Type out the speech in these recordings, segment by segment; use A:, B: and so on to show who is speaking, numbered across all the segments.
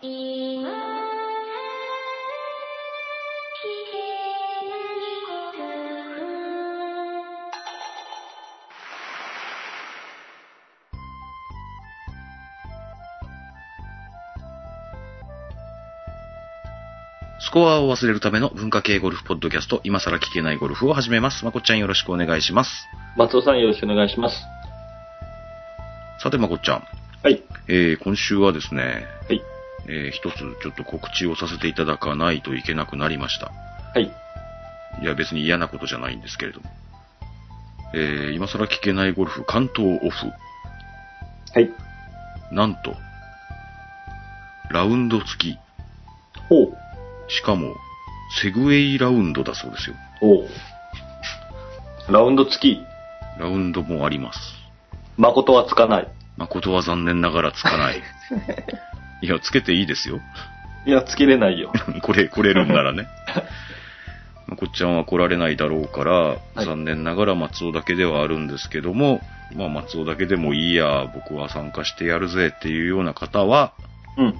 A: 今は聞けないこと
B: スコアを忘れるための文化系ゴルフポッドキャスト、今更聞けないゴルフを始めます。まこっちゃんよろしくお願いします。
C: 松尾さんよろしくお願いします。
B: さて、まこっちゃん。
C: はい。
B: えー、今週はですね、
C: はい。
B: えー、一つちょっと告知をさせていただかないといけなくなりました。
C: はい。
B: いや、別に嫌なことじゃないんですけれども。えー、今更聞けないゴルフ関東オフ。
C: はい。
B: なんと、ラウンド付き。
C: ほう。
B: しかも、セグウェイラウンドだそうですよ。
C: ほう。ラウンド付き。
B: ラウンドもあります。
C: 誠はつかない。
B: 誠は残念ながらつかない。いや、つけていいですよ。
C: いや、つけれないよ。
B: これ、来れるんならね。まこっちゃんは来られないだろうから、
C: い
B: 残念ながら松尾だけではあるんですけども、まあ松尾だけでもいいや、僕は参加してやるぜっていうような方は、
C: うん。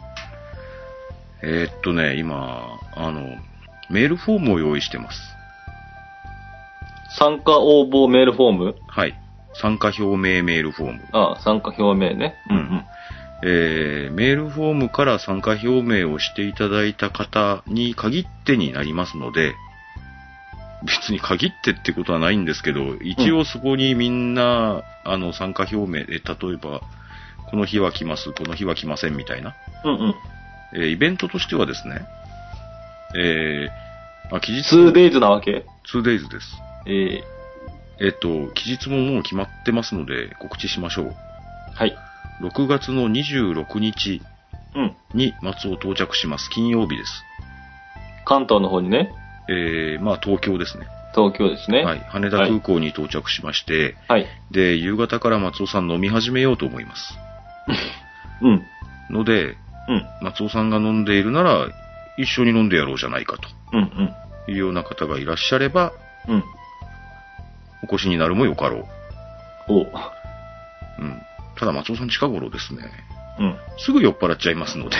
B: えーっとね、今、あの、メールフォームを用意してます。
C: 参加応募メールフォーム
B: はい。参加表明メールフォーム。
C: ああ参加表明ね。
B: うんえーメールフォームから参加表明をしていただいた方に限ってになりますので、別に限ってってことはないんですけど、一応そこにみんな、あの、参加表明、え例えば、この日は来ます、この日は来ませんみたいな、
C: うん。うんうん。
B: えーイベントとしてはですね、えー、あ、期日、
C: 2 days なわけ
B: 2days です。
C: ええ
B: えっ、と、期日ももう決まってますので、告知しましょう。
C: はい。
B: 6月の26日
C: うん。
B: に松尾到着します。金曜日です。
C: 関東の方にね、
B: えー、まあ東京ですね。
C: 東京ですね。
B: はい。羽田空港に到着しまして、
C: はい。
B: で、夕方から松尾さん飲み始めようと思います。
C: うん。
B: ので、
C: うん。
B: 松尾さんが飲んでいるなら、一緒に飲んでやろうじゃないか
C: うん。
B: というような方がいらっしゃれば、
C: うん。うん。
B: お越しになるもよかろう。
C: おう。
B: うん。ただ松尾さん近頃ですね、
C: うん。
B: すぐ酔っ払っちゃいます ので、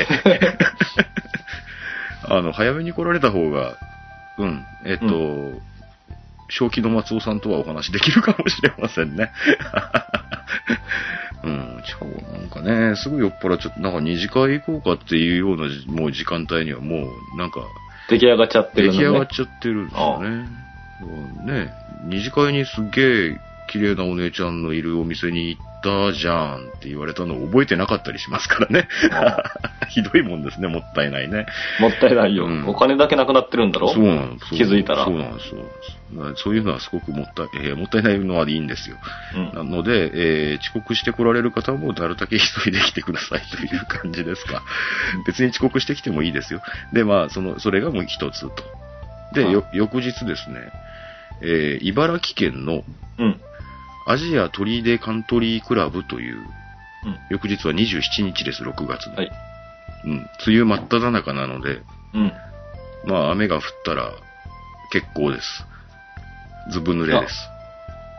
B: あの、早めに来られた方が、うん、えっと、
C: う
B: 正気の松尾さんとはお話できるかもしれません ね。うん、しかもなんかね、すぐ酔っ払っちゃって、なんか二次会行こうかっていうようなじもう時間帯にはもう、なんか、
C: 出来上がっちゃって
B: 出
C: るの
B: 来
C: ね。
B: 上がっちゃってるんですよね。うんね、二次会にすっげえ綺麗なお姉ちゃんのいるお店に行ったじゃんって言われたのを覚えてなかったりしますからね。 ひどいもんですね、もったいないね。
C: もったいないよ、
B: うん
C: お金だけなくなってるんだろ
B: そうなんです。
C: 気づいたら
B: そうなんです。そうなんですそういうのはすごくもったい、えーもったいないのはいいんですよ。
C: うん
B: なので、えー遅刻して来られる方もなるだけ急いで来てくださいという感じです か。別に遅刻してきてもいいですよ。で、まあ、その、それがもう一つと。で、よ、翌日ですね、えー茨城県の
C: うん。
B: アジアトリーデカントリークラブという、
C: うん
B: 翌日は27日です、6月の。
C: はい
B: うん、梅雨真っ只中なので、
C: うん。
B: まあ、雨が降ったら結構です。ずぶ濡れです。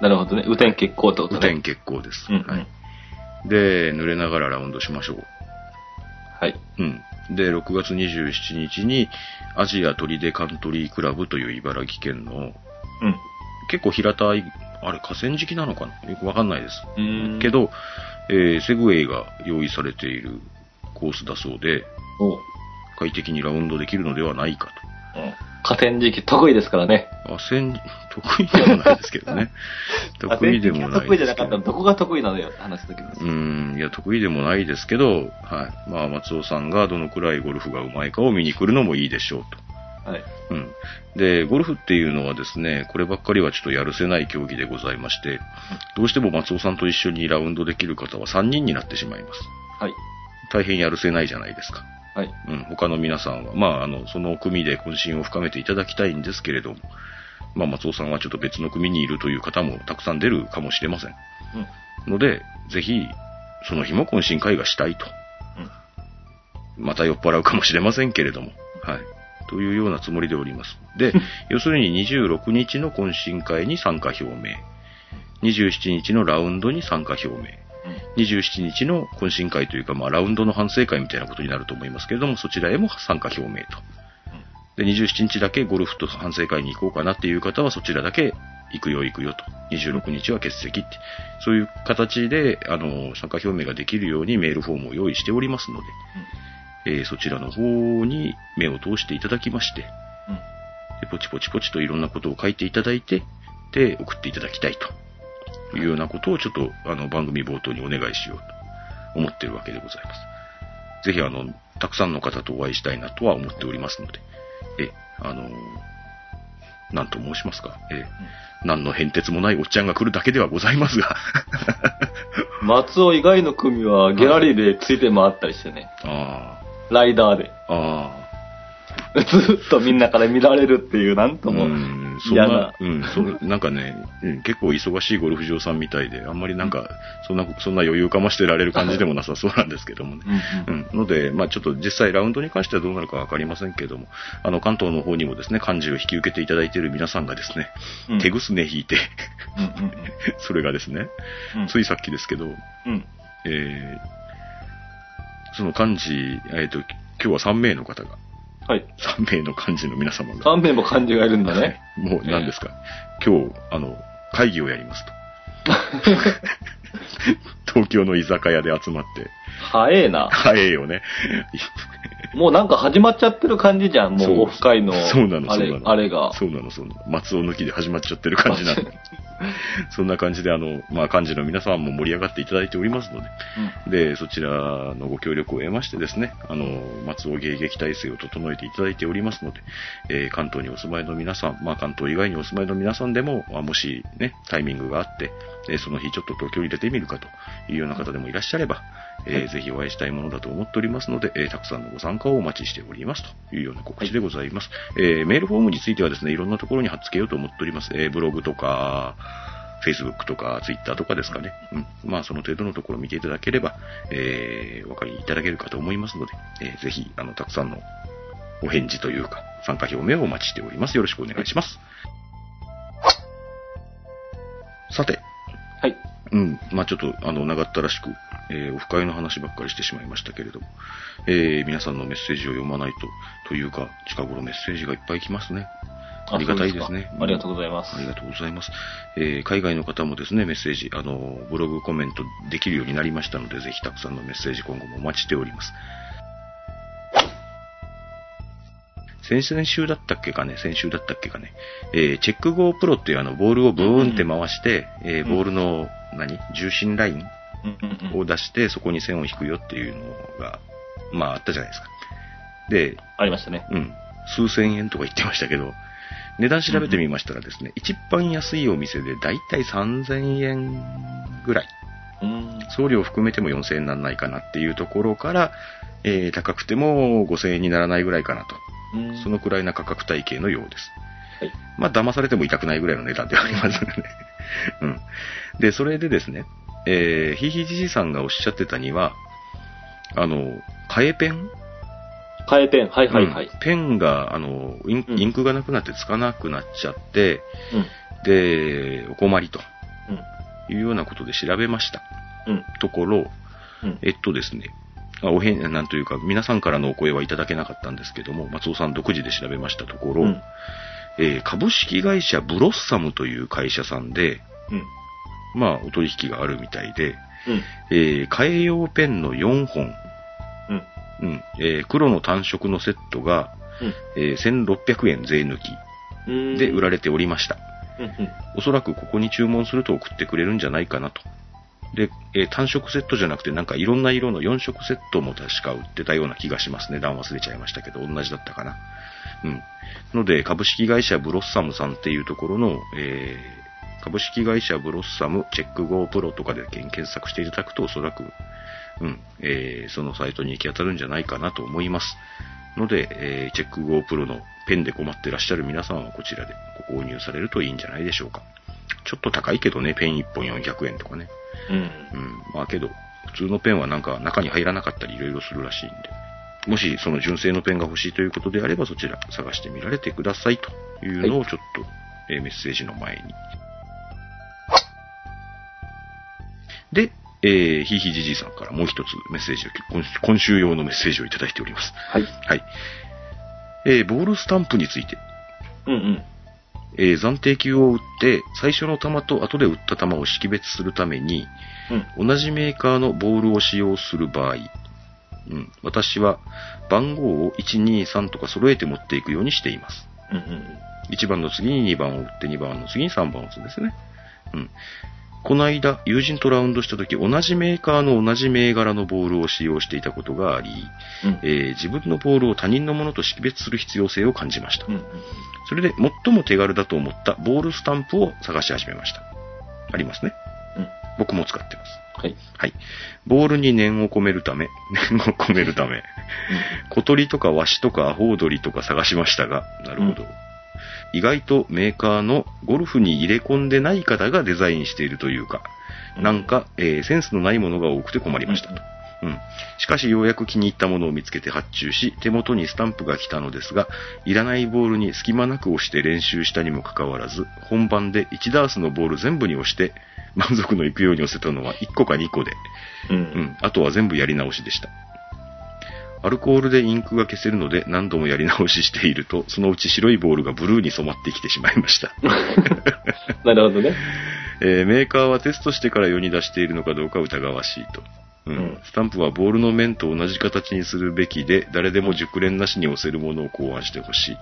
C: なるほどね。雨天決行ってこと
B: 雨
C: ね。
B: 天結構です。
C: うんうん
B: はい。で、濡れながらラウンドしましょう。
C: はい。
B: うん。で、6月27日に、アジアトリデカントリークラブという茨城県の、
C: うん。
B: 結構平たい、あれ、河川敷なのかなよくわかんないです。
C: うーん
B: けど、えーセグウェイが用意されているコースだそうで、
C: おう
B: 快適にラウンドできるのではないか
C: うん河川敷得意ですからね。。
B: と。あ、せん、得意ではないですけどね 得意でも
C: 河
B: ない
C: 川敷が得意
B: で
C: じゃな
B: すけ
C: かったら
B: ど。
C: どこが得意なのよって話しておきます
B: う。ん、いや、得意でもないですけど、はい。まあ、松尾さんがどのくらいゴルフがうまいかを見に来るのもいいでしょうと。
C: はい。
B: うん。で、ゴルフっていうのはですね、こればっかりはちょっとやるせない競技でございまして、どうしても松尾さんと一緒にラウンドできる方は3人になってしまいます。
C: はい。
B: 大変やるせないじゃないですか。
C: はい。
B: うん、他の皆さんは、まあ、あの、その組で渾身を深めていただきたいんですけれども、まあ、松尾さんはちょっと別の組にいるという方もたくさん出るかもしれません。
C: うん。
B: ので、ぜひ、その日も懇親会がしたいと。
C: うん
B: また酔っ払うかもしれませんけれども、はい。というようなつもりでおります。で、要するに26日の懇親会に参加表明、27日のラウンドに参加表明、 27日の懇親会というか、まあ、ラウンドの反省会みたいなことになると思いますけれども、そちらへも参加表明と。で、27日だけゴルフと反省会に行こうかなっていう方は、そちらだけ行くよ行くよと。26日は欠席って。そういう形で、あの、参加表明ができるようにメールフォームを用意しておりますので、えーそちらの方に目を通していただきまして、
C: うん
B: でポチポチポチといろんなことを書いていただいて、で、送っていただきたいというようなことをちょっとあの番組冒頭にお願いしようと思っているわけでございます。ぜひあの、たくさんの方とお会いしたいなとは思っておりますので、え、あの、なんと申しますか、え、何の変哲もないおっちゃんが来るだけではございますが、
C: 松尾以外の組はギャラリーでついて回ったりしてね、
B: あ
C: ライダーで。
B: あ、ああ、
C: ずっとみんなから見られるっていう、なんとも
B: うんそん
C: 嫌
B: な
C: な、。
B: うん、そなんかね、うん結構忙しいゴルフ場さんみたいで、あんまりなんか、そんな、そんな余裕かましてられる感じでもなさそうなんですけどもね。
C: うん
B: う
C: うん
B: ん、ので、まあ、ちょっと実際ラウンドに関してはどうなるかわかりませんけども、あの、関東の方にもですね、漢字を引き受けていただいている皆さんがですね、
C: うん
B: 手ぐすね引いて、
C: うんうん
B: それがですね、
C: うん
B: ついさっきですけど、
C: うん
B: えーその漢字、えっ、と、今日は3名の方が、
C: はい。
B: 3名の漢字の皆様が、
C: 3名も漢字がいるんだね。
B: はいもう何ですか、今日、あの、会議をやり ますと。東京の居酒屋で集まって、
C: 早えな。
B: 早えよね。
C: もうなんか始まっちゃってる感じじ ゃん、も
B: そう
C: うオフ会の、
B: そうなの、
C: あ
B: そうな
C: れ
B: の。
C: あれが。
B: そうなの、そうなの。松尾抜きで始まっちゃってる感じな の。そんな感じで、あの、まあ、幹事の皆さんも盛り上がっていただいておりますので、で、そちらのご協力を得ましてですね、あの、松尾迎撃体制を整えていただいておりますので、えー関東にお住まいの皆さん、まあ、関東以外にお住まいの皆さんでも、まあもしね、タイミングがあって、えーその日ちょっと東京に出てみるかというような方でもいらっしゃれば、えーぜひお会いしたいものだと思っておりますので、えーたくさんのご参加をお待ちしておりますというような告知でございます。えーメールフォームについてはですね、いろんなところに貼っ付けようと思っております。えーブログとか、Facebook とか Twitter とかですかね。うん。まあ、その程度のところを見ていただければ、えーお分かりいただけるかと思いますので、えーぜひ、あの、たくさんのお返事というか、参加表明をお待ちしております。よろしくお願いします。さて、
C: はい。
B: うん、まあちょっと、あの、長ったらしく、えーオフ会の話ばっかりしてしまいましたけれども、えー皆さんのメッセージを読まないと、というか、近頃メッセージがいっぱい来ますね。ありがたいですね
C: そうかありがとうございます
B: あ。りがとうございます。えー海外の方もですね、メッセージ、あの、ブログコメントできるようになりましたので、ぜひたくさんのメッセージ今後もお待ちしております。先々週だったっけかね、先週だったっけかね、えーチェックゴープロっていうあの、ボールをブーンって回して、えーボールの、何重心ライン
C: うんうんうん
B: を出して、そこに線を引くよっていうのが、まああったじゃないですか。で、
C: ありましたね。
B: うん、数千円とか言ってましたけど、値段調べてみましたらですね、一番安いお店でだいたい3000円ぐらい、
C: うん。
B: 送料含めても4000円なんないかなっていうところから、えー高くても5000円にならないぐらいかなと、
C: うん
B: そのくらいな価格帯系のようです。
C: はい
B: まあ、騙されても痛くないぐらいの値段ではありますよね。うん。で、それでですね、えー、ひいひいじじいさんがおっしゃってたには、あの、替えペン
C: 変えペン、はいはいはい。
B: うんペンが、あの、イン
C: うん
B: インクがなくなってつかなくなっちゃって、
C: うん。
B: で、お困りと
C: うん。
B: いうようなことで調べました。
C: うん。
B: ところ、
C: うん。
B: えっとですね、あおへん、なんというか、皆さんからのお声はいただけなかったんですけども、松尾さん独自で調べましたところ、
C: うん
B: えー株式会社ブロッサムという会社さんで、
C: うん。
B: まあ、お取引があるみたいで、
C: うん。
B: えー替え用ペンの4本、
C: うん。
B: うんえー黒の単色のセットが、えー1600円税抜き、
C: うん。
B: で売ら
C: れ
B: れておりました。
C: うんう
B: おそらくここに注文すると送ってくれるんじゃないかなと。で、えー単色セットじゃなくてなんかいろんな色の4色セットも確か売ってたような気がしますね。段忘れちゃいましたけど、同じだったかな。うん。ので、株式会社ブロッサムさんっていうところの、えー株式会社ブロッサムチェック GO プロとかで検索していただくとおそらく、うん、えーそのサイトに行き当たるんじゃないかなと思います。ので、えーチェック GO プロのペンで困ってらっしゃる皆さんはこちらでご購入されるといいんじゃないでしょうか。ちょっと高いけどね、ペン1本400円とかね。
C: ん。う
B: う
C: ん。
B: ん、まあけど、普通のペンはなんか中に入らなかったりいろいろするらしいんで、もしその純正のペンが欲しいということであればそちら探してみられてくださいというのをちょっと、えーメッセージの前に。で、えー、ひいひいじじいさんからもう一つメッセージを、今週今週用のメッセージをいただいております。
C: はい。
B: はい。えー、ボールスタンプについて、
C: うんうん。
B: えー、暫定球を打って、最初の球と後で打った球を識別するために、
C: うん。
B: 同じメーカーのボールを使用する場合、うん、私は番号を1、2、3とか揃えて持っていくようにしています。
C: うんうん。
B: 1番の次に2番を打って、2番の次に3番を打つんですね。うん。この間、友人とラウンドした時、同じメーカーの同じ銘柄のボールを使用していたことがあり、
C: うん
B: えー自分のボールを他人のものと識別する必要性を感じました
C: う。んうん。
B: それで最も手軽だと思ったボールスタンプを探し始めました。ありますね。
C: うん。
B: 僕も使ってます。
C: はい。
B: はい。ボールに念を込めるため、 念を込めるた め、小鳥とかワシとかアホウドリとか探しましたが、なるほど。
C: うん
B: 意外とメーカーのゴルフに入れ込んでない方がデザインしているというか、なんか、えーセンスのないものが多くて困りましたと。うん。しかしようやく気に入ったものを見つけて発注し、手元にスタンプが来たのですが、いらないボールに隙間なく押して練習したにもかかわらず、本番で1ダースのボール全部に押して、満足のいくように押せたのは1個か2個で、
C: うんう。
B: うんん、あとは全部やり直しでした。アルコールでインクが消せるので何度もやり直ししていると、そのうち白いボールがブルーに染まってきてしまいました。
C: なるほどね。
B: えーメーカーはテストしてから世に出しているのかどうか疑わしいと。うん
C: うん
B: スタンプはボールの面と同じ形にするべきで、誰でも熟練なしに押せるものを考案してほしいと。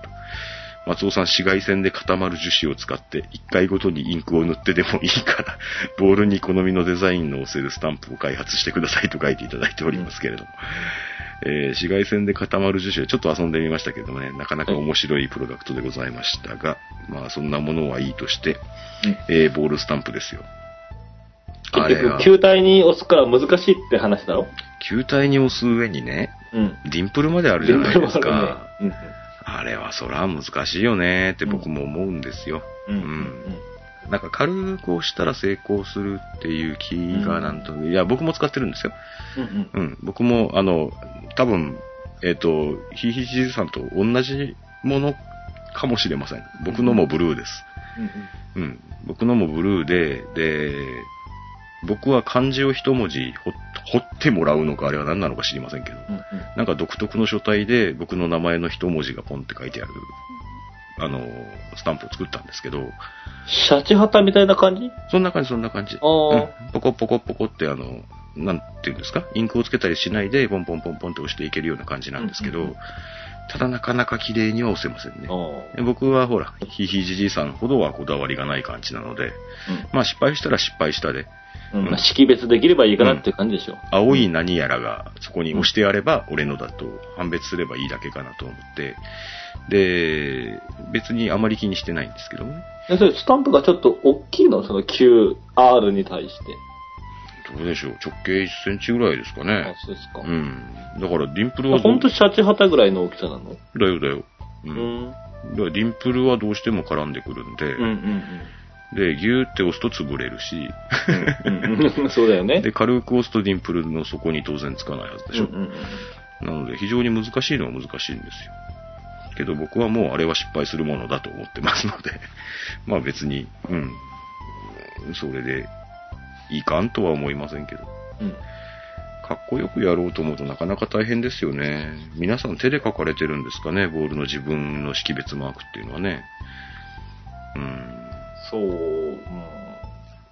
B: 松尾さん、紫外線で固まる樹脂を使って、1回ごとにインクを塗ってでもいいから、ボールに好みのデザインの押せるスタンプを開発してくださいと書いていただいておりますけれども、えー紫外線で固まる樹脂はちょっと遊んでみましたけどもね、なかなか面白いプロダクトでございましたが、まあそんなものはいいとして、えーボールスタンプですよ。あれ
C: 結
B: は
C: 局、、球体に押すから難しいって話だろ
B: 球体に押す上にね、
C: うん。
B: ディンプルまであるじゃないですか。
C: 電波
B: あれはそら難しいよねって僕も思うんですよ。
C: がね。うん。うん。
B: なんか軽く押したら成功するっていう気がなんと、いや、僕も使ってるんですよ。
C: うん。う
B: う
C: ん。
B: ん、僕も、あの、多分、えっ、と、ひいひいじいさんと同じものかもしれません。僕のもブルーです。うん、僕のもブルーで、で、僕は漢字を一文字ほ彫ってもらうのか、あれは何なのか知りませんけど、
C: うん。
B: なんか独特の書体で僕の名前の一文字がポンって書いてある、あの、スタンプを作ったんですけど、
C: シャチハタみたいな感じ
B: そんな感じ、そんな感じ。
C: あー
B: うんポコポコポコって、あの、なんていうんですか、インクをつけたりしないで、ポンポンポンポンって押していけるような感じなんですけ
C: うんう
B: ど
C: ん、
B: ただなかなか綺麗には押せませんね
C: あ。
B: で僕はほら、ひいひいじじいさんほどはこだわりがない感じなので、
C: あ。
B: まあ失敗したら失敗したで、
C: うん。まあ識別できればいいかなっていう感じでしょ。
B: 青い何やらがそこに押してやれば俺のだと判別すればいいだけかなと思って、で、別にあまり気にしてないんですけどもね。
C: えそれスタンプがちょっと大きいのその QR に対して。
B: どうでしょう、直径1センチぐらいですか
C: あ
B: ね。、
C: そうですか。
B: うん。だからディンプル
C: あ
B: はどう
C: ほんとシャチハタぐらいの大きさなの
B: だよだよ。う。
C: うんん。
B: だからディンプルはどうしても絡んでくるんで、
C: うんうん
B: で、ギューって押すと潰れるし、
C: うんうん。そうだよね。
B: で、軽く押すとディンプルの底に当然つかないはずでしょ。
C: うんうんうん
B: なので非常に難しいのは難しいんですよ。けど僕はもうあれは失敗するものだと思ってますので、 まあ別に、うん、それでいかんとは思いませんけど、
C: うん。
B: かっこよくやろうと思うとなかなか大変ですよね。皆さん手で書かれてるんですかね、ボールの自分の識別マークっていうのはね。うん、
C: そう。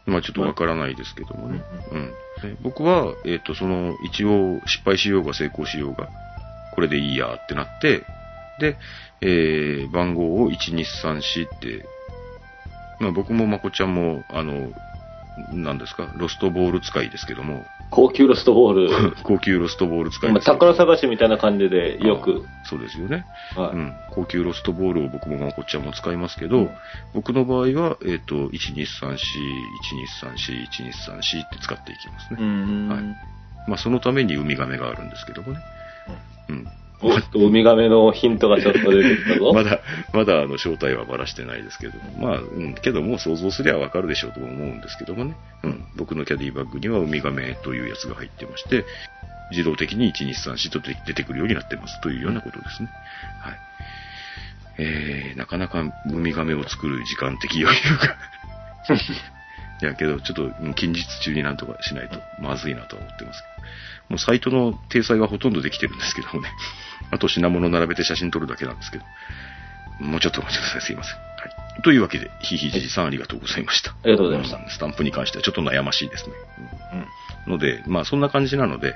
B: まあちょっとわからないですけどもね。
C: う
B: うん。で僕は、えっ、と、その、一応、失敗しようが成功しようが、これでいいやってなって、で、えー、番号を1234って、まあ僕もまこちゃんも、あの、なんですか、ロストボール使いですけども、
C: 高級ロストボール。
B: 高級ロストボール使い
C: まあ
B: ですけど
C: 宝探しみたいな感じで、よく。。
B: あそうですよね。
C: は
B: う
C: い。
B: ん。高級ロストボールを僕もまこちゃんも使いますけど、
C: うん
B: 僕の場合は、えっ、と、1234、1234、1234って使っていきますね。
C: うん
B: はいまあ、そのためにウミガメがあるんですけどもね。うん。
C: おっと、ウミガメのヒントがちょっと出てきたぞ。
B: まだ、まだあの正体はばらしてないですけど、まあ、うん、けどもう想像すりゃわかるでしょうとも思うんですけどもね。うん。僕のキャディバッグにはウミガメというやつが入ってまして、自動的に1234と出てくるようになってますというようなことですね。はい。えー、なかなかウミガメを作る時間的余裕がいやけど、ちょっとうん近日中になんとかしないとまずいなとは思ってますけど。もうサイトの体裁がほとんどできてるんですけどもね。 あと品物並べて写真撮るだけなんですけど。もうちょっとお待ちください。すいません。はい。というわけで、ひいひいじじさんありがとうございました。あ
C: りがとうございました。
B: スタンプに関してはちょっと悩ましいですね。うん。ので、まあそんな感じなので、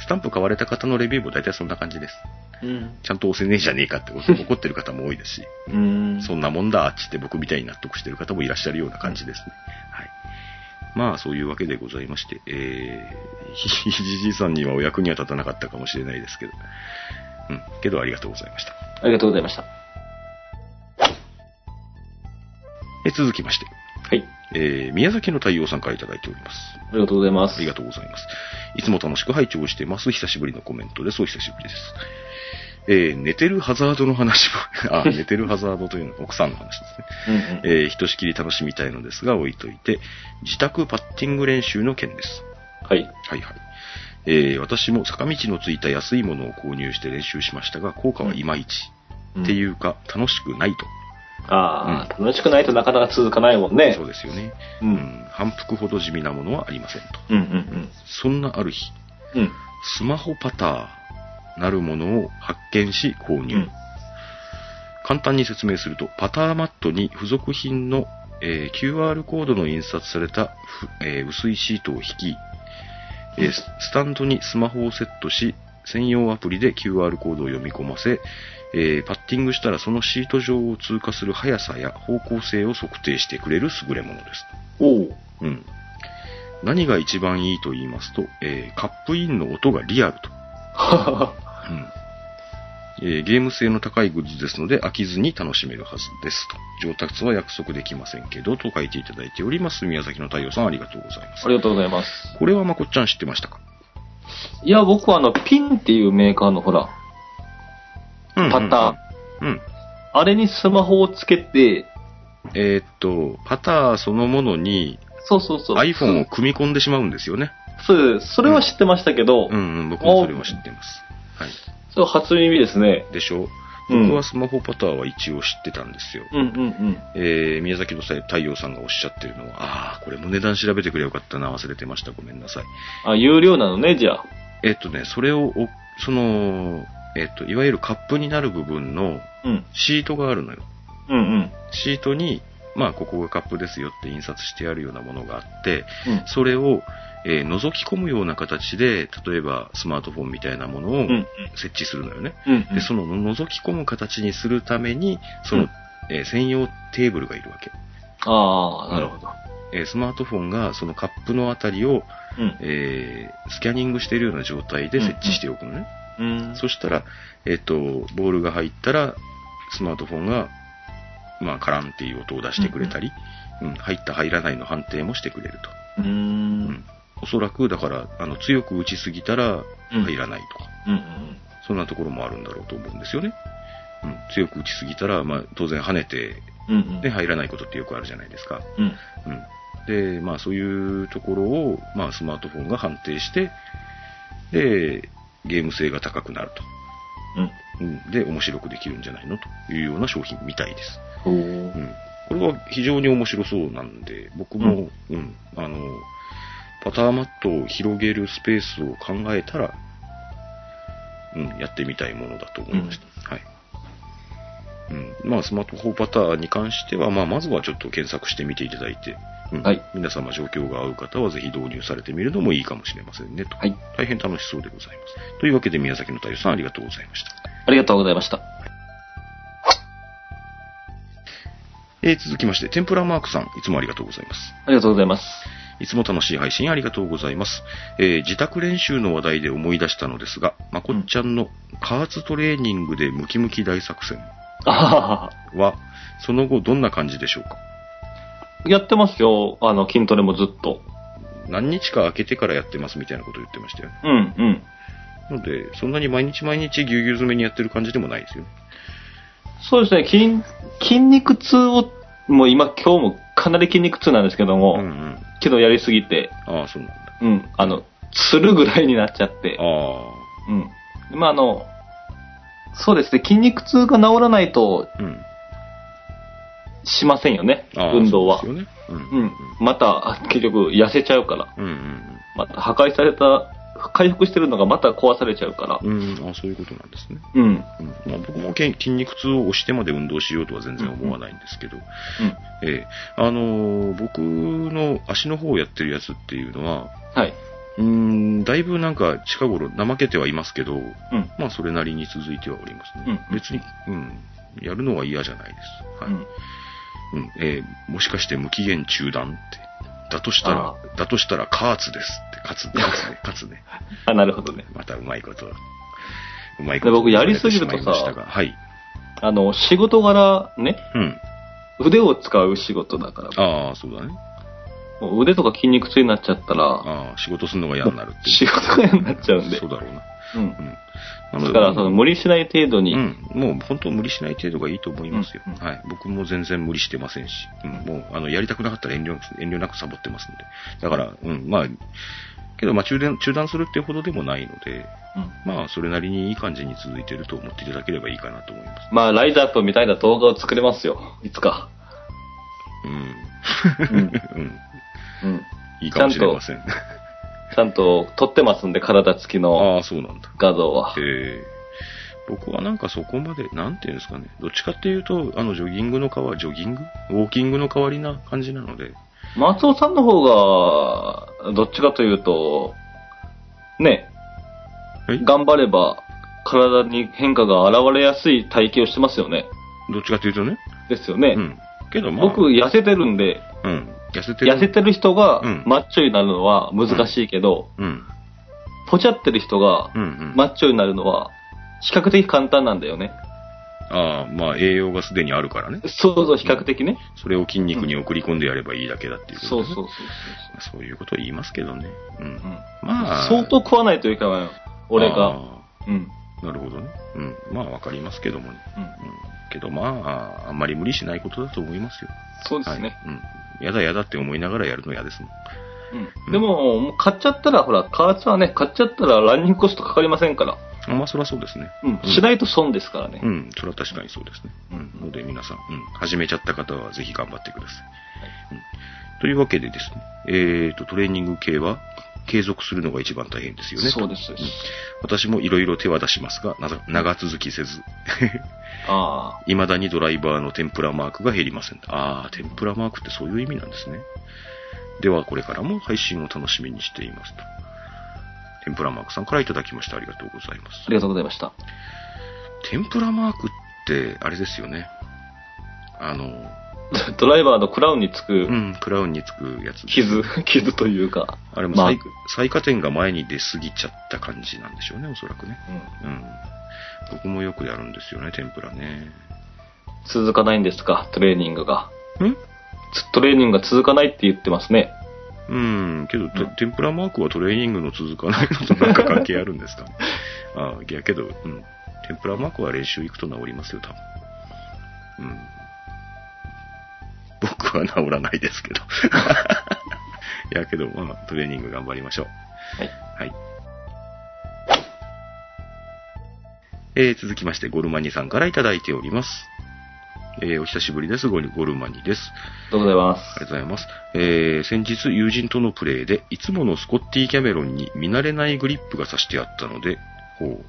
B: スタンプ買われた方のレビューも大体そんな感じです。
C: うん。
B: ちゃんと押せねえじゃねえかってこと怒ってる方も多いですし。
C: うん。
B: そんなもんだっつって僕みたいに納得してる方もいらっしゃるような感じですね。はい。まあ、そういうわけでございまして、えー、ひひじじいさんにはお役には立たなかったかもしれないですけど、うん、けどありがとうございました。
C: ありがとうございました。
B: え続きまして、
C: はい。
B: えー、宮崎の太陽さんからいただいております。
C: ありがとうございます。
B: ありがとうございます。いつも楽しく拝聴してます。久しぶりのコメントです。お久しぶりです。えー、寝てるハザードの話も、 あ、寝てるハザードというのは奥さんの話ですね。
C: うんうん。
B: えーひとしきり楽しみたいのですが、置いといて、自宅パッティング練習の件です。
C: はい。
B: はいはい。えー私も坂道のついた安いものを購入して練習しましたが、効果はいまいち。って
C: う
B: い
C: ん。
B: うか、楽しくないと。
C: ああ、楽しくないとなかなか続かないもんね
B: そ。うですよね。
C: う。
B: うんん、反復ほど地味なものはありませんと。
C: うんうん
B: そんなある日、
C: うん。うん。
B: スマホパターなるものを発見し購入。
C: うん
B: 簡単に説明すると、パターマットに付属品の、えー QR コードの印刷された、ふえー薄いシートを引き、えーススタンドにスマホをセットし、専用アプリで QR コードを読み込ませ、えーパッティングしたらそのシート上を通過する速さや方向性を測定してくれる優れものです。
C: おう。
B: うん。何が一番いいと言いますと、えーカップインの音がリアルと。
C: ははは
B: うんえーゲーム性の高いグッズですので飽きずに楽しめるはずですと。上達は約束できませんけど、と書いていただいております。宮崎の太陽さんありがとうございます
C: あ。りがとうございます。
B: これはまこっちゃん知ってましたか
C: いや、僕はあの、ピンっていうメーカーのほら、
B: うん
C: パタ
B: ーン。うん。
C: あれにスマホをつけて、
B: えーっと、パターそのものに
C: そうそうそう。
B: iPhone を組み込んでしまうんですよね。
C: そうですそれは知ってましたけど、
B: うんうん、僕もそれは知ってます。はい。
C: それは初耳ですね。
B: でしょ
C: うん
B: 僕はスマホパターは一応知ってたんですよ。
C: うんうん
B: えー宮崎のさ太陽さんがおっしゃってるのは、ああ、これも値段調べてくれよかったな、忘れてました。ごめんなさい。
C: うん。あ、有料なのね、じゃあ。
B: えっとね、それをお、その、えっと、いわゆるカップになる部分の
C: うん。
B: シートがあるのよ。
C: うんうん。
B: シートに、まあ、ここがカップですよって印刷してあるようなものがあって、
C: うん。
B: それを、えー覗き込むような形で、例えばスマートフォンみたいなものを
C: うん
B: 設置するのよね。
C: うんうん。
B: で、その覗き込む形にするために、その、
C: うん
B: えー専用テーブルがいるわけ。
C: ああ、なるほど。
B: えースマートフォンがそのカップのあたりを、
C: うん。
B: えースキャニングしているような状態で設置しておくのね。
C: うん。
B: そしたら、えっ、と、ボールが入ったら、スマートフォンが、まあ、カランっていう音を出してくれたり、うん入った入らないの判定もしてくれると。
C: うーん。
B: おそらく、だから、あの、強く打ちすぎたら
C: うん
B: 入らないとか、
C: うんうん。
B: そんなところもあるんだろうと思うんですよね。うん、強く打ちすぎたら、まあ、当然跳ねて、
C: うんうん。
B: ね、入らないことってよくあるじゃないですか。
C: うん。
B: うん。で、まあそういうところを、まあスマートフォンが判定して、で、ゲーム性が高くなる
C: うん。
B: と。うん。で、面白くできるんじゃないのというような商品みたいです。
C: ほう
B: う。ん。これは非常に面白そうなんで、僕も、うん、あの、パターマットを広げるスペースを考えたら、うん、やってみたいものだと思いました。はい。うん、まあ、スマートフォンパターンに関しては、まあ、まずはちょっと検索してみていただいて、うん
C: はい
B: 皆様状況が合う方はぜひ導入されてみるのもいいかもしれませんねと。
C: はい。
B: 大変楽しそうでございます。というわけで、宮崎の太陽さんありがとうございました。
C: ありがとうございました。
B: えー続きまして、天ぷらマークさん、いつもありがとうございます。
C: ありがとうございます。
B: いつも楽しい配信ありがとうございます。えー自宅練習の話題で思い出したのですが、まこっちゃんの加圧トレーニングでムキムキ大作戦
C: あははは
B: は、その後どんな感じでしょうか
C: やってますよ。あの、筋トレもずっと。
B: 何日か空けてからやってますみたいなこと言ってましたよ。
C: うんうん。
B: ので、そんなに毎日毎日ぎゅうぎゅう詰めにやってる感じでもないですよ。
C: そうですね、筋、筋肉痛を、もう今、今日もかなり筋肉痛なんですけども、
B: うんうん。
C: けどやりすぎて、
B: ああ、そうなんだ。
C: うん、あの、つるぐらいになっちゃって、
B: あ
C: うん。まあ、あの、そうですね、筋肉痛が治らないと
B: あ、うん。
C: しませんよね、
B: ああ
C: 運動は。
B: そうですよね。うん。うん
C: うん。また、結局、痩せちゃうから。
B: うん
C: また、破壊された、回復してるのがまた壊されちゃうから。
B: うんうん。うん、あそういうことなんですね。
C: うん。
B: うんまあ、僕もけん筋肉痛を押してまで運動しようとは全然思わないんですけど、ええあのー僕の足の方をやってるやつっていうのは、
C: はい。
B: うーん、だいぶなんか近頃怠けてはいますけど、
C: うん。
B: まあそれなりに続いてはおりますね。
C: うん
B: 別に、うん、やるのは嫌じゃないです。はい。
C: うん
B: うん、えーもしかして無期限中断って。だとした
C: あ
B: ら、だとしたら、カーツですって、カツ、カツね、 カツね。
C: あ、なるほどね。
B: またうまいこと、うまい
C: で僕やりすぎるとさ
B: 言われてしまいましたがはい。
C: あの、仕事柄ね、
B: うん。
C: 腕を使う仕事だから、
B: ああ、そうだね。
C: もう腕とか筋肉痛になっちゃったら、
B: ああ、仕事するのが嫌になるっていう。
C: 仕事が嫌になっちゃうんで。
B: そうだろうな。
C: うん。
B: な
C: だから、その、無理しない程度に、
B: うん、もう本当無理しない程度がいいと思いますよ。
C: うんうん
B: はい、僕も全然無理してませんし、うん、もうあのやりたくなかったら遠慮遠慮なくサボってますんで、だから、うん、まあ、けど、まあ中断、中断するっていうほどでもないので、
C: うん
B: まあ、それなりにいい感じに続いてると思っていただければいいかなと思います。
C: まあ、ライズアップみたいな動画を作れますよ。いつか。
B: うん。うん、
C: うん。
B: いいかもしれません。
C: ちゃんと撮ってますんで、体つきの
B: ああ、そうなんだ。
C: 画像は。
B: えー僕はなんかそこまで、なんていうんですかね、どっちかっていうと、あの、ジョギングの代わり、ジョギングウォーキングの代わりな感じなので、
C: 松尾さんの方が、どっちかというと、ね
B: え、
C: 頑張れば、体に変化が現れやすい体型をしてますよね。
B: どっちかっていうとね、
C: ですよね。
B: うん。けど、まあ、
C: 僕、痩せてるんで、
B: うん。痩せてる。
C: 痩せてる人が
B: うん
C: マッチョになるのは難しいけど、
B: うん。
C: ポチャってる人が
B: うん、うん。
C: マッチョになるのは比較的簡単なんだよね。
B: ああ、まあ、栄養がすでにあるからね。
C: そうそう、比較的ね。
B: それを筋肉に送り込んでやればいいだけだっていうこと
C: そう
B: ね、
C: そうそうそう。
B: まあそういうことを言いますけどね。うん。
C: うん
B: まあ。
C: 相当食わないといけない俺
B: あ
C: が。うん。
B: あ。なるほどね。うん。まあ、わかりますけどもね。
C: うん
B: うん。けど、まあ、あんまり無理しないことだと思いますよ。
C: そうですね。
B: はい。うん。やだやだって思いながらやるの嫌ですもん。
C: うんでも、もう買っちゃったら、ほら、加圧はね、買っちゃったらランニングコストかかりませんから。
B: あまあ、そらそうですね。
C: うん。しないと損ですから
B: う
C: ね。
B: ん、それは確かにそうですね。うん、ので皆さん、うん、始めちゃった方はぜひ頑張ってください。うん、というわけでですね、えーと、トレーニング系は継続するのが一番大変ですよね。
C: そうです。そうです
B: 私もいろいろ手は出しますが、なざ長続きせず、
C: あ
B: 未だにドライバーの天ぷらマークが減りません。あー、天ぷらマークってそういう意味なんですね。では、これからも配信を楽しみにしていますと。天ぷらマークさんからいただきました。ありがとうございま
C: あ、
B: す
C: あり。がとうございました。
B: 天ぷらマークって、あれですよね。あの、
C: ドライバーのクラウンにつく
B: うん、クラウンにつくやつ。
C: 傷、傷というか。
B: あれも
C: まあ
B: 最最下点が前に出過ぎちゃった感じなんでしょうね、おそらくね。
C: う
B: う
C: ん
B: ん。僕もよくやるんですよね、天ぷらね。
C: 続かないんですか、トレーニングが。
B: ん
C: つトレーニングが続かないって言ってますね。
B: うん、けど、て
C: うん
B: 天ぷらマークはトレーニングの続かないのとなんか関係あるんですか ね。あいやけど、うん。天ぷらマークは練習行くと治りますよ、多分。うん。僕は治らないですけど。 いやけど、まあ、トレーニング頑張りましょう。
C: はい。
B: はい。えー続きまして、ゴルマニさんからいただいております。えーお久しぶりです。ゴルゴルマニです。
C: どうございま
B: ありがとう
C: す。
B: ございます。えー先日友人とのプレイで、いつものスコッティ・キャメロンに見慣れないグリップが差してあったので、ほう。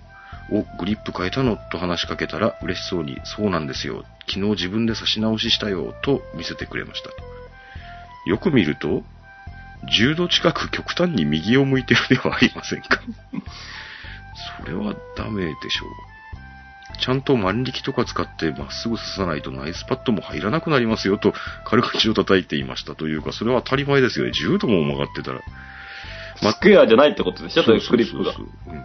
B: お、グリップ変えたのと話しかけたら嬉しそうに、そうなんですよ。昨日自分で差し直ししたよ、と見せてくれました。よく見ると、10度近く極端に右を向いてるではありませんか。それはダメでしょう。ちゃんと万力とか使ってまっすぐ刺さないとナイスパッドも入らなくなりますよと軽口を叩いていましたというか、それは当たり前ですよね。10度も曲がってたら。ま
C: スクエアじゃないってことでしょ、というクリッ
B: そう
C: プ
B: そうそ。う
C: が
B: そううん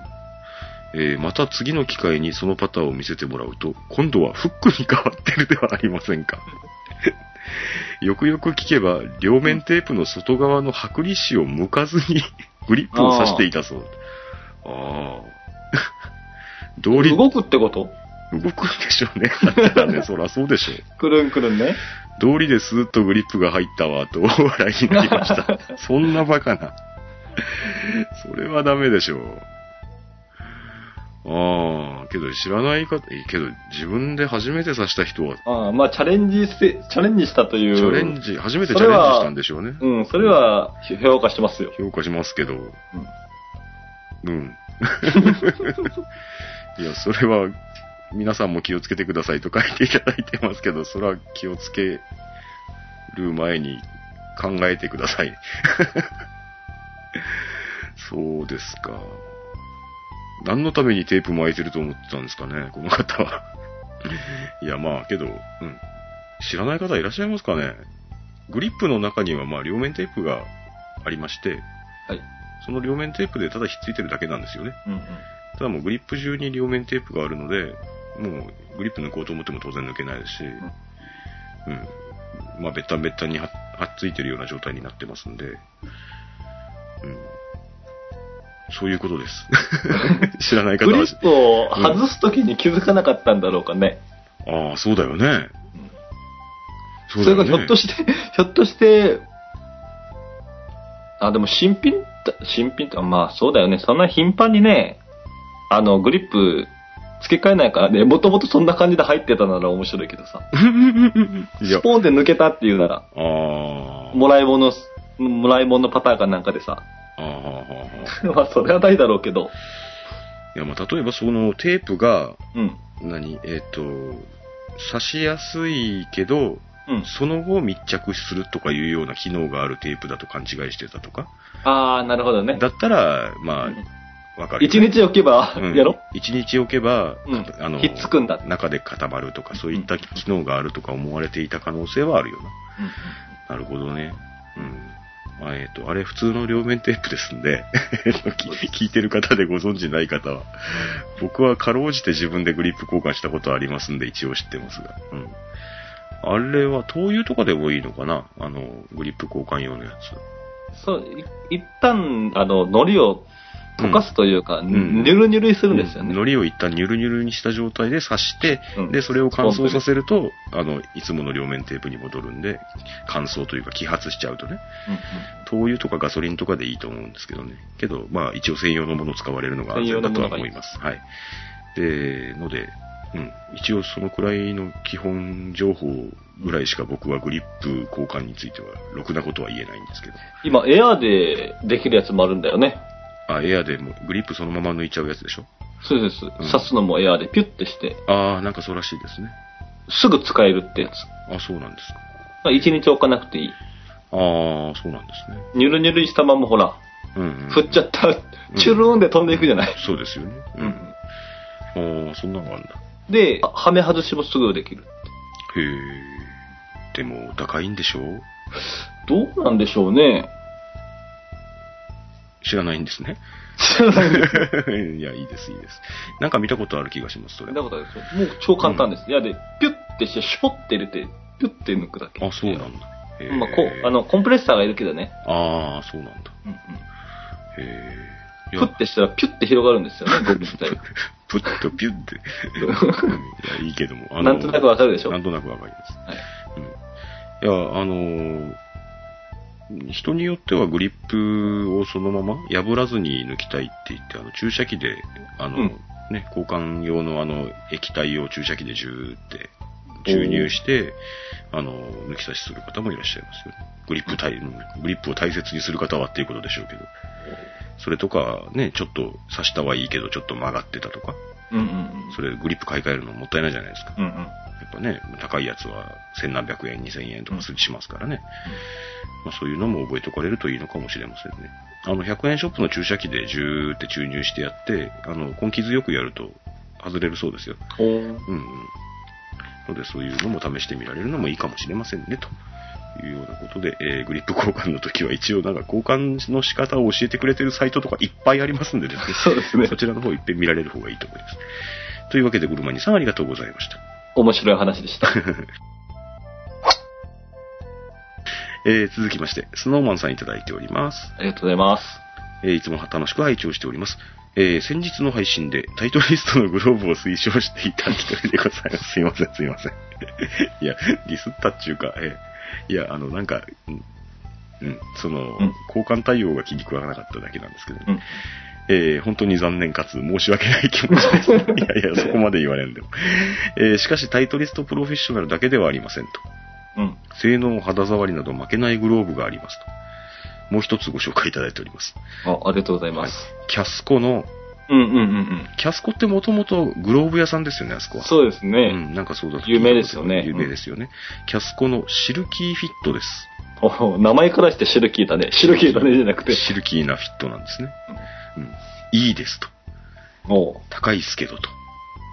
B: えーまた次の機会にそのパターンを見せてもらうと、今度はフックに変わってるではありませんか。 よくよく聞けば、両面テープの外側の剥離紙を向かずに グリップを刺していたそう。ああ。道理、動
C: 動くってこと
B: くんでしょうね。 だったらね、そらそうでしょう。
C: くるんくるんね。
B: 道理でスーッとグリップが入ったわ、と大笑いになりました。 そんなバカな。それはダメでしょう。ああ、けど知らない方、えけど自分で初めて刺した人は、
C: ああ、まあ、チャレンジして、チャレンジしたとい
B: チ
C: う。
B: ャレンジ、初めてチャ
C: そ
B: レンジ
C: れは
B: したんでしょうね。
C: うん、それは評価してますよ。
B: 評価しますけど、 うん。いや、それは、皆さんも気をつけてくださいと書いていただいてますけど、それは気をつける前に考えてくだ さい。そうですか。何のためにテープ巻いてると思ってたんですかね、この方は。いや、まあ、けど、うん。知らない方いらっしゃいますかね。グリップの中には、まあ、両面テープがありまして、
C: はい。
B: その両面テープでただひっついてるだけなんですよね。
C: うんうん。
B: ただもうグリップ中に両面テープがあるので、もうグリップ抜こうと思っても当然抜けないですし、うん。まあ、べったべったにははっついてるような状態になってますんで、うん。そういうこと です。知らない方
C: グリ
B: は。
C: ップを外すときに気づかなかったんだろうかね。
B: ああ、そうだよね。
C: それがひょっと
B: し
C: して、 ひょっとして、あ、でも新品だ、新品あまあそうだよね。そんな頻繁にね、あの、グリップ付け替えないからね、も ともとそんな感じで入ってたなら面白いけどさ。
B: ていや
C: ス、ポーンで抜けたっていうなら、
B: あー
C: もらい物、もらい物パターンかなんかでさ。
B: あー、あーあー、あー
C: まあそれはないだろうけど。
B: いや、まあ、例えばそのテープが、
C: うん。
B: 何えっ、と、刺しやすいけど、
C: うん。
B: その後密着するとかいうような機能があるテープだと勘違いしてたとか。
C: ああ、なるほどね。
B: だったら、ま
C: うん
B: あ、わかる。
C: 一日置けば、
B: うん
C: やろ
B: 一日置けば、
C: うん
B: かあの
C: ひっつくんだ。
B: 中で固まるとか、そういった機能があるとか思われていた可能性はあるよな。なるほどね。うん。まあ、えっ、と、あれ普通の両面テープですんで、 えっとき聞いてる方でご存知ない方は、僕はかろうじて自分でグリップ交換したことありますんで、一応知ってますが。うん。あれは灯油とかでもいいのかなあの、グリップ交換用のや
C: そう、い一旦、あの、糊を
B: つ。
C: 溶かすというか、
B: ん
C: ぬぬるぬるにす
B: す
C: るんですよね。
B: 糊を一旦ニュルニュルにした状態で刺して、
C: うん
B: で、それを乾燥させると、あの、いつもの両面テープに戻るんで、乾燥というか揮発しちゃうとね。灯油とかガソリンとかでいいと思うんですけどね。けど、まあ一応専用のもの使われるのが安全だとは思います。はい。で、ので、うん。一応そのくらいの基本情報ぐらいしか僕はグリップ交換については、ろくなことは言えないんですけど。
C: 今、エアーでできるやつもあるんだよね。
B: あ、エアでもグリップそのまま抜いちゃうやつでしょ
C: そうです。
B: ん
C: 刺すのもエアーでピュッてして、
B: ああ、なんかそうらしいですね。
C: すぐ使えるってやつ。
B: あそうなんですか。
C: まあ一日置かなくていい。
B: ああ、そうなんですね。
C: ぬるぬるしたままほら、
B: うん、うん。
C: 振っちゃったら
B: ん、
C: チュルーンで飛んでいくじゃない。
B: そうですよね。うん。ああ、そんなのがあるんだ。
C: で、あはめ外しもすぐできる。
B: へえ。でも、お高いんでしょう
C: どうなんでしょうね。
B: 知らないんですね。
C: 知らない。
B: いや、いいです、いいです。なんか見たことある気がします、それ。
C: だからですよ。もう超簡単です。エアーで、ピュッてして、シュポッて入れて、ピュッて抜くだけ。
B: あ、そうなんだ。へー
C: まあ、こう、あ。の、コンプレッサーがいるけどね。
B: あーそうなんだ。
C: うんうん。
B: へえ。い
C: プ
B: や
C: ッてしたらピュッて広がるんですよね、ゴミ自体が。
B: プッとピュッ て。うんいや、いいけども。あの
C: なんとなくわかるでしょ
B: なんとなくわかります。いや、あのー人によってはグリップをそのまま破らずに抜きたいって言って、あの注射器で、あの、
C: うん
B: ね、交換用のあの液体を注射器でジューって注入して、あの、抜き差しする方もいらっしゃいますよ、ね。グリップ大、グリップを大切にする方はっていうことでしょうけど。それとか、ね、ちょっと刺したはいいけど、ちょっと曲がってたとか、
C: うんうんうん。
B: それグリップ買い替えるのもったいないじゃないですか。
C: うんうん。
B: やっぱね、高いやつは千何百円、二千円とかするしますからね。まあそういうのも覚えておかれるといいのかもしれませんね。あの、100円ショップの注射器でジューって注入してやって、あの、根気強くやると外れるそうですよ。
C: おー
B: うんうん。ので、そういうのも試してみられるのもいいかもしれませんね、というようなことで、えーグリップ交換の時は一応なんか交換の仕方を教えてくれてるサイトとかいっぱいありますんでですね。
C: そうですね
B: そ。ちらの方いっぺん見られる方がいいと思います。というわけで、車にさんありがとうございました。
C: 面白い話で した。
B: えー続きまして、スノーマンさんいただいております。
C: ありがとうございます。
B: えーいつも楽しく拝聴しております。えー先日の配信でタイトリストのグローブを推奨していた一人でございます。す いません、すいません。いや、ディスったっちゅうか、えーいや、あの、なんか、うん、うんその、
C: うん
B: 交換対応が気に食わなかっただけなんですけど、
C: うん。
B: えー本当に残念かつ申し訳ない気持ち です。いやいや、そこまで言われんでも。えーしかしタイトリストプロフェッショナルだけではありませんと。
C: うん。
B: 性能、肌触りなど負けないグローブがありますと。もう一つご紹介いただいております。
C: あ、ありがとうございます。
B: キャスコの、
C: うんうんうん
B: キャスコってもともとグローブ屋さんですよね、あそこ
C: うん。
B: は。
C: そうです
B: う
C: ね。
B: ん、なんかそうだと
C: 有名ですよね
B: 有名ですよね。キャスコのシルキーフィットです。
C: お名前からしてシルキーだ ね。シルキーだねじゃなくて。
B: シルキーなフィットなんですね。うん。いいですと。
C: おう
B: 高いですけどと。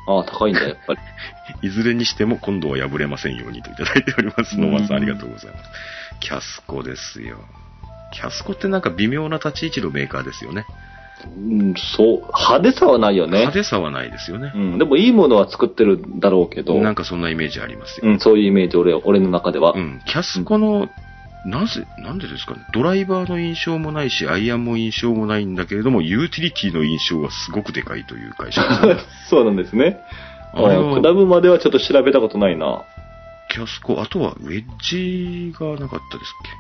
C: ああ、高いんだ、やっぱり。
B: いずれにしても今度は破れませんようにといただいております。
C: うん
B: ノーマンさんありがとうございます。キャスコですよ。キャスコってなんか微妙な立ち位置のメーカーですよね。
C: うん、そう。派手さはないよね。
B: 派手さはないですよね
C: う。ん。でもいいものは作ってるんだろうけど。
B: なんかそんなイメージあります
C: う
B: よ。
C: ん、そういうイメージ、俺、俺の中では。
B: うん。キャスコの、なぜ、なんでですかね。ドライバーの印象もないし、アイアンも印象もないんだけれども、ユーティリティの印象がすごくでかいという会 社ですね。
C: そうなんですね。
B: あれは
C: クラブまではちょっと調べたことないな。
B: キャスコ、あとはウェッジがなかったですっけ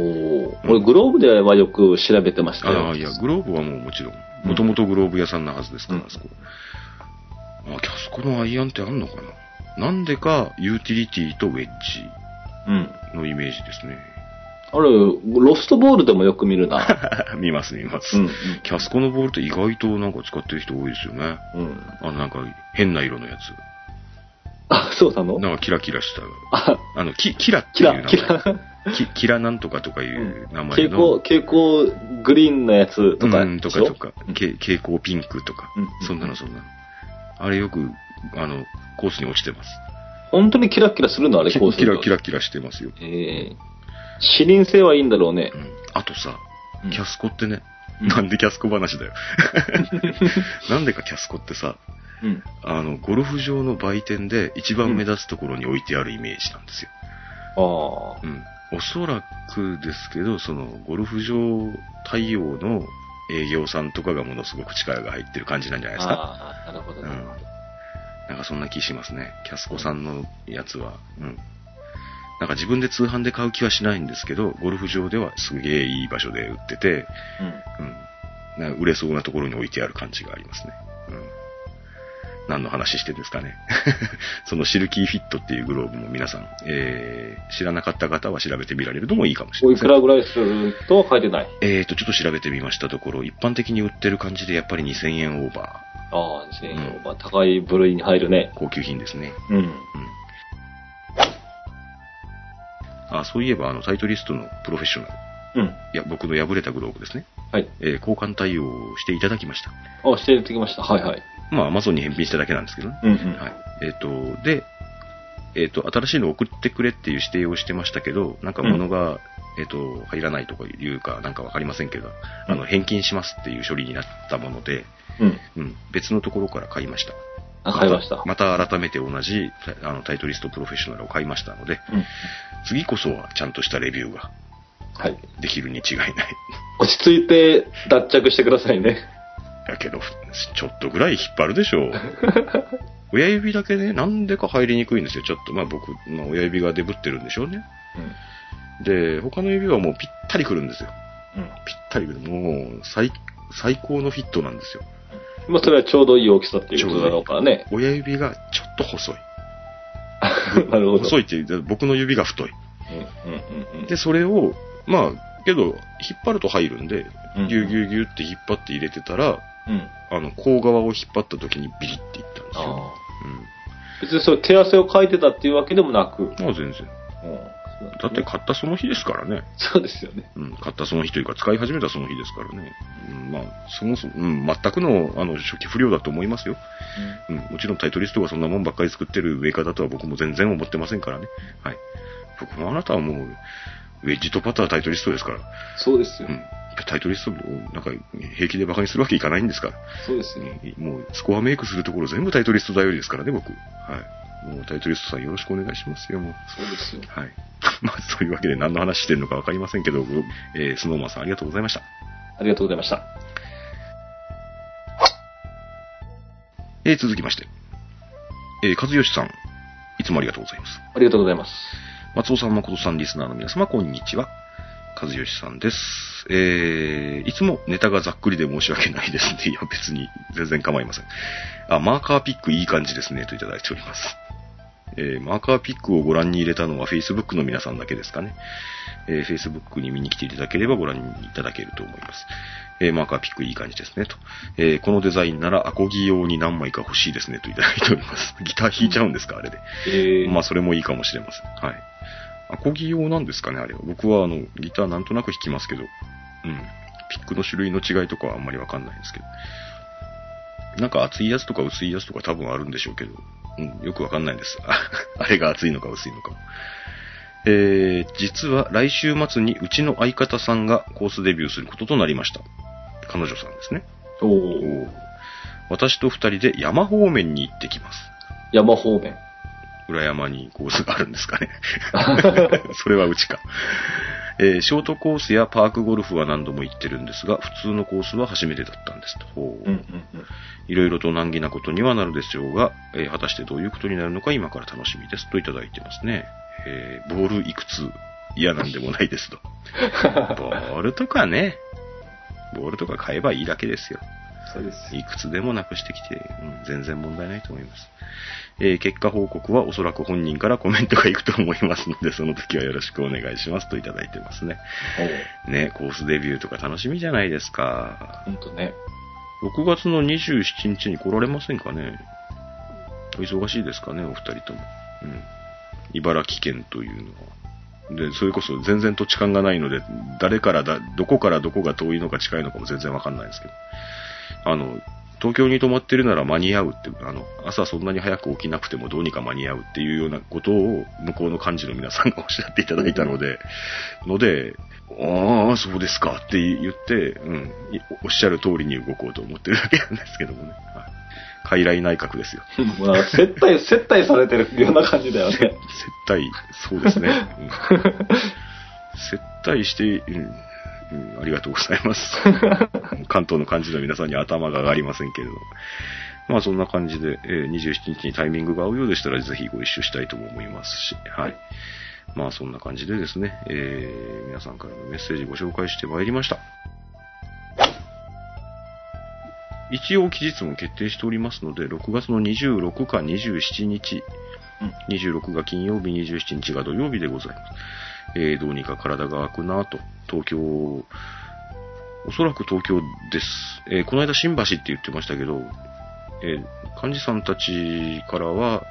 C: おお。俺、グローブではよく調べてましたよ。
B: ああ、いや、グローブはもうもちろん、
C: うん
B: もともとグローブ屋さんなはずですから、
C: うん
B: あそこ。あ、キャスコのアイアンってあんのかななんでか、ユーティリティとウェッジ
C: うん。
B: のイメージですね。
C: あれ、ロストボールでもよく見るな。
B: 見ます、見ます。
C: うん。
B: キャスコのボールって意外となんか使ってる人多いですよね。
C: うん。
B: あの、なんか変な色のやつ。
C: あ、そうなの
B: なんかキラキラした。
C: あ、
B: あの、キキラって
C: キ
B: いう
C: ラ、キ
B: 名前。
C: ラ。
B: キキラなんとかとかいう名前
C: 蛍
B: の。
C: 光、蛍光グリーンのやつとか。
B: うん、とか
C: でしょ
B: とか、け蛍光ピンクとか、
C: うん
B: そんなのそんなの。あれよく、あの、コースに落ちてます。
C: 本当にキラキラするのあれ、
B: キ
C: こうす
B: キ
C: る
B: ラ
C: と
B: キ。ラキラしてますよ。
C: ええ視認性はいいんだろうね
B: う。ん、あとさ、
C: うん
B: キャスコってね、
C: うん
B: なんでキャスコ話だよ。 なんでかキャスコってさ、
C: うん。
B: あの、ゴルフ場の売店で一番目立つところに置いてあるイメージなんですよ。
C: ああ。
B: うん。おそらくですけど、その、ゴルフ場対応の営業さんとかがものすごく力が入ってる感じなんじゃないですか。
C: ああ、なるほどね。
B: なんかそんな気しますね。キャスコさんのやつは。うん。なんか自分で通販で買う気はしないんですけど、ゴルフ場ではすげえいい場所で売ってて、
C: うん。
B: うん。なんか売れそうなところに置いてある感じがありますね。うん。何の話してですかね。 そのシルキーフィットっていうグローブも皆さん、えー、知らなかった方は調べてみられるのもいいかもしれ
C: お
B: ま
C: い
B: せ
C: く
B: ん。
C: らぐらいすると書いてない。
B: えーと、ちょっと調べてみましたところ、一般的に売ってる感じでやっぱり2000円オーバ
C: ああ、ですね。まあ高い部類に入るね
B: ー。。高級品ですね。
C: うん。
B: あ、そういえば、あの、タイトリストのプロフェッショナル。
C: うん。
B: いや、僕の破れたグローブですね。
C: はい。
B: えー交換対応をしていただきました。
C: あ、していただきました。はいはい。
B: まあ、アマゾンに返品しただけなんですけどね。
C: うんうん。
B: はい。えっ、と、で、えっ、と、新しいの送ってくれっていう指定をしてましたけど、なんか物が、えっ、と、入らないとかいうか、なんかわかりませんけど、あ
C: う
B: の、
C: ん
B: 返金しますっていう処理になったもので、
C: うん。
B: うん、別のところから買いました。
C: あ、買いました。
B: またまた改めて同じあのタイトリストプロフェッショナルを買いましたので、
C: うん。
B: 次こそはちゃんとしたレビューが
C: はい。
B: できるに違いない。
C: 落ち着いて脱着してくださいね。
B: だけど、ちょっとぐらい引っ張るでし ょう。親指だけね、なんでか入りにくいんですよ。ちょっと、まあ僕、まあ、親指がデブってるんでしょうね。で、他の指はもうぴったりくるんですよ。
C: うん。うん。
B: ぴったりくる。もう、最、最高のフィットなんですよ。
C: まあ、それはちょうどいい大きさっていうことだろうからね。
B: 親指がちょっと細い。
C: なるほど。
B: 細いっていう、僕の指が太い。
C: うんうんうん。
B: で、それを、まあ、けど、引っ張ると入るんで、
C: うん
B: ぎゅうぎゅうぎゅうって引っ張って入れてたら、
C: うん。
B: あの、甲側を引っ張った時にビリっていったんですよ
C: あ。
B: うん
C: あ。別にそう手汗をかいてたっていうわけでもなく。うん。
B: まあ全然。だって買ったその日ですからね。
C: そうですよね。
B: うん、買ったその日というか、使い始めたその日ですからね。うん、まあ、そもそも、うん、全くの、あの、初期不良だと思いますよ。うん、もちろんタイトリストがそんなもんばっかり作ってるメーカーだとは僕も全然思ってませんからね。はい。僕もあなたはもう、ウェッジとパターはタイトリストですから。
C: そうです
B: う
C: よ。
B: ん。タイトリストを、なんか、平気で馬鹿にするわけいかないんですから。
C: そうですよ。
B: うんもう、スコアメイクするところ全部タイトリスト頼りですからね、僕。はい。もうタイトリストさんよろしくお願いしますよ、もう。
C: そうですよ。
B: はい。 まあ、そういうわけで何の話してるのかわかりませんけど、えー、スノーマンさんありがとうございました。
C: ありがとうございました。
B: えー、続きまして。えー、和義さん、いつもありがとうございます。
C: ありがとうございます。
B: 松尾さん、誠さん、リスナーの皆様、こんにちは。和義さんです。えー、いつもネタがざっくりで申し訳ないですね。いや、別に全然構いません。あ、マーカーピックいい感じですね、といただいております。えー、マーカーピックをご覧に入れたのは Facebook の皆さんだけですかね。えー、Facebook に見に来ていただければご覧いただけると思います。えー、マーカーピックいい感じですね、と。えー、このデザインならアコギ用に何枚か欲しいですね、といただいております。ギター弾いちゃうんですか、あれで。
C: えー、
B: まあ、それもいいかもしれません。はい。アコギ用なんですかね、あれは。僕は、あの、ギターなんとなく弾きますけど、うん。ピックの種類の違いとかはあんまりわかんないんですけど。なんか厚いやつとか薄いやつとか多分あるんでしょうけど、うん、よくわかんないんです。 ああれが厚いのか薄いのかも。えー、実は来週末にうちの相方さんがコースデビューすることとなりました。彼女さんですね。
C: お
B: お
C: ー
B: ー私と二人で山方面に行ってきます。
C: 山方面。
B: 裏山にコースがあるんですかね。 それはうちか。えーショートコースやパークゴルフは何度も行ってるんですが、普通のコースは初めてだったんですと。ほう
C: うんうんうん。
B: いろいろと難儀なことにはなるでしょうが、えー果たしてどういうことになるのか今から楽しみですといただいてますね。えーボールいくつ嫌なんでもないですと。ボールとかね、ボールとか買えばいいだけですよ。
C: そうです。
B: いくつでもなくしてきて、うん、全然問題ないと思います。えー結果報告はおそらく本人からコメントがいくと思いますので、その時はよろしくお願いしますといただいてますね。
C: おー
B: ね、コースデビューとか楽しみじゃないですか。
C: ほんとね。
B: 6月の27日に来られませんかねお忙しいですかね、お二人とも。うん。茨城県というのは。で、それこそ全然土地勘がないので、誰からだ、どこからどこが遠いのか近いのかも全然わかんないんですけど。あの、東京に泊まってるなら間に合うって、あの、朝そんなに早く起きなくてもどうにか間に合うっていうようなことを向こうの幹事の皆さんがおっしゃっていただいたので、ので、ああ、そうですかって言って、うん、いおっしゃる通りに動こうと思ってるだけなんですけどもね。はい傀儡内閣ですよ。
C: もうなんか接待、 接待されてるような感じだ よね。
B: 接待、そうですね。うん、接待して、うんうん、ありがとうございます。関東の漢字の皆さんに頭が上がりませんけれど。まあそんな感じで、えー27日にタイミングが合うようでしたらぜひご一緒したいとも思いますし、はい。まあそんな感じでですね、えー皆さんからのメッセージご紹介してまいりました。一応期日も決定しておりますので、6月の26か27日、26が金曜日、27日が土曜日でございます。えーどうにか体が空くなぁと、東京、おそらく東京です。えーこの間新橋って言ってましたけど、えー幹事さんたちからは、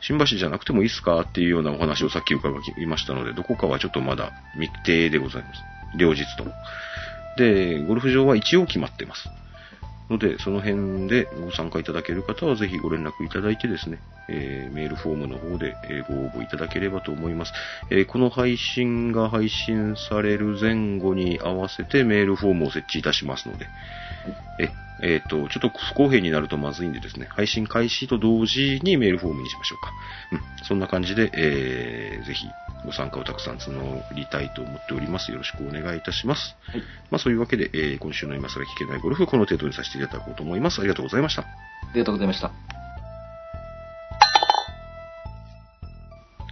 B: 新橋じゃなくてもいいっすかっていうようなお話をさっき伺いましたので、どこかはちょっとまだ未定でございます。両日とも。で、ゴルフ場は一応決まってます。ので、その辺でご参加いただける方はぜひご連絡いただいてですね、えーメールフォームの方で、えーご応募いただければと思います、えーこの配信が配信される前後に合わせてメールフォームを設置いたしますので、え、えっ、と、ちょっと不公平になるとまずいんでですね、配信開始と同時にメールフォームにしましょうか。うん。そんな感じで、えー、ぜひご参加をたくさん募りたいと思っております。よろしくお願いいたします。
C: はい
B: まあそういうわけで、えー今週の今更聞けないゴルフ、この程度にさせていただこうと思います。ありがとうございました。
C: ありがとうございました。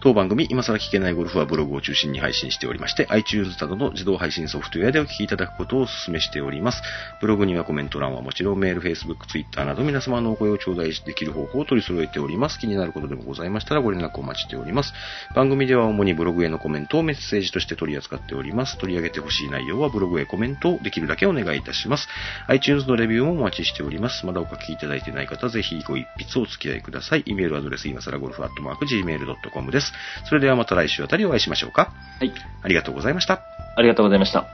B: 当番組、今更聞けないゴルフはブログを中心に配信しておりまして、iTunes などの自動配信ソフトウェアでお聞きいただくことをお勧めしております。ブログにはコメント欄はもちろんメール、Facebook、Twitter など皆様のお声を頂戴できる方法を取り揃えております。気になることでもございましたらご連絡お待ちしております。番組では主にブログへのコメントをメッセージとして取り扱っております。取り上げてほしい内容はブログへコメントをできるだけお願いいたします。iTunes のレビューもお待ちしております。まだお書きいただいてない方、ぜひご一筆お付き合いください。イメールアドレス、今更ゴルフアットマーク gmail.com です。それではまた来週あたりお会いしましょうか。
C: はい。
B: ありがとうございました。
C: ありがとうございました。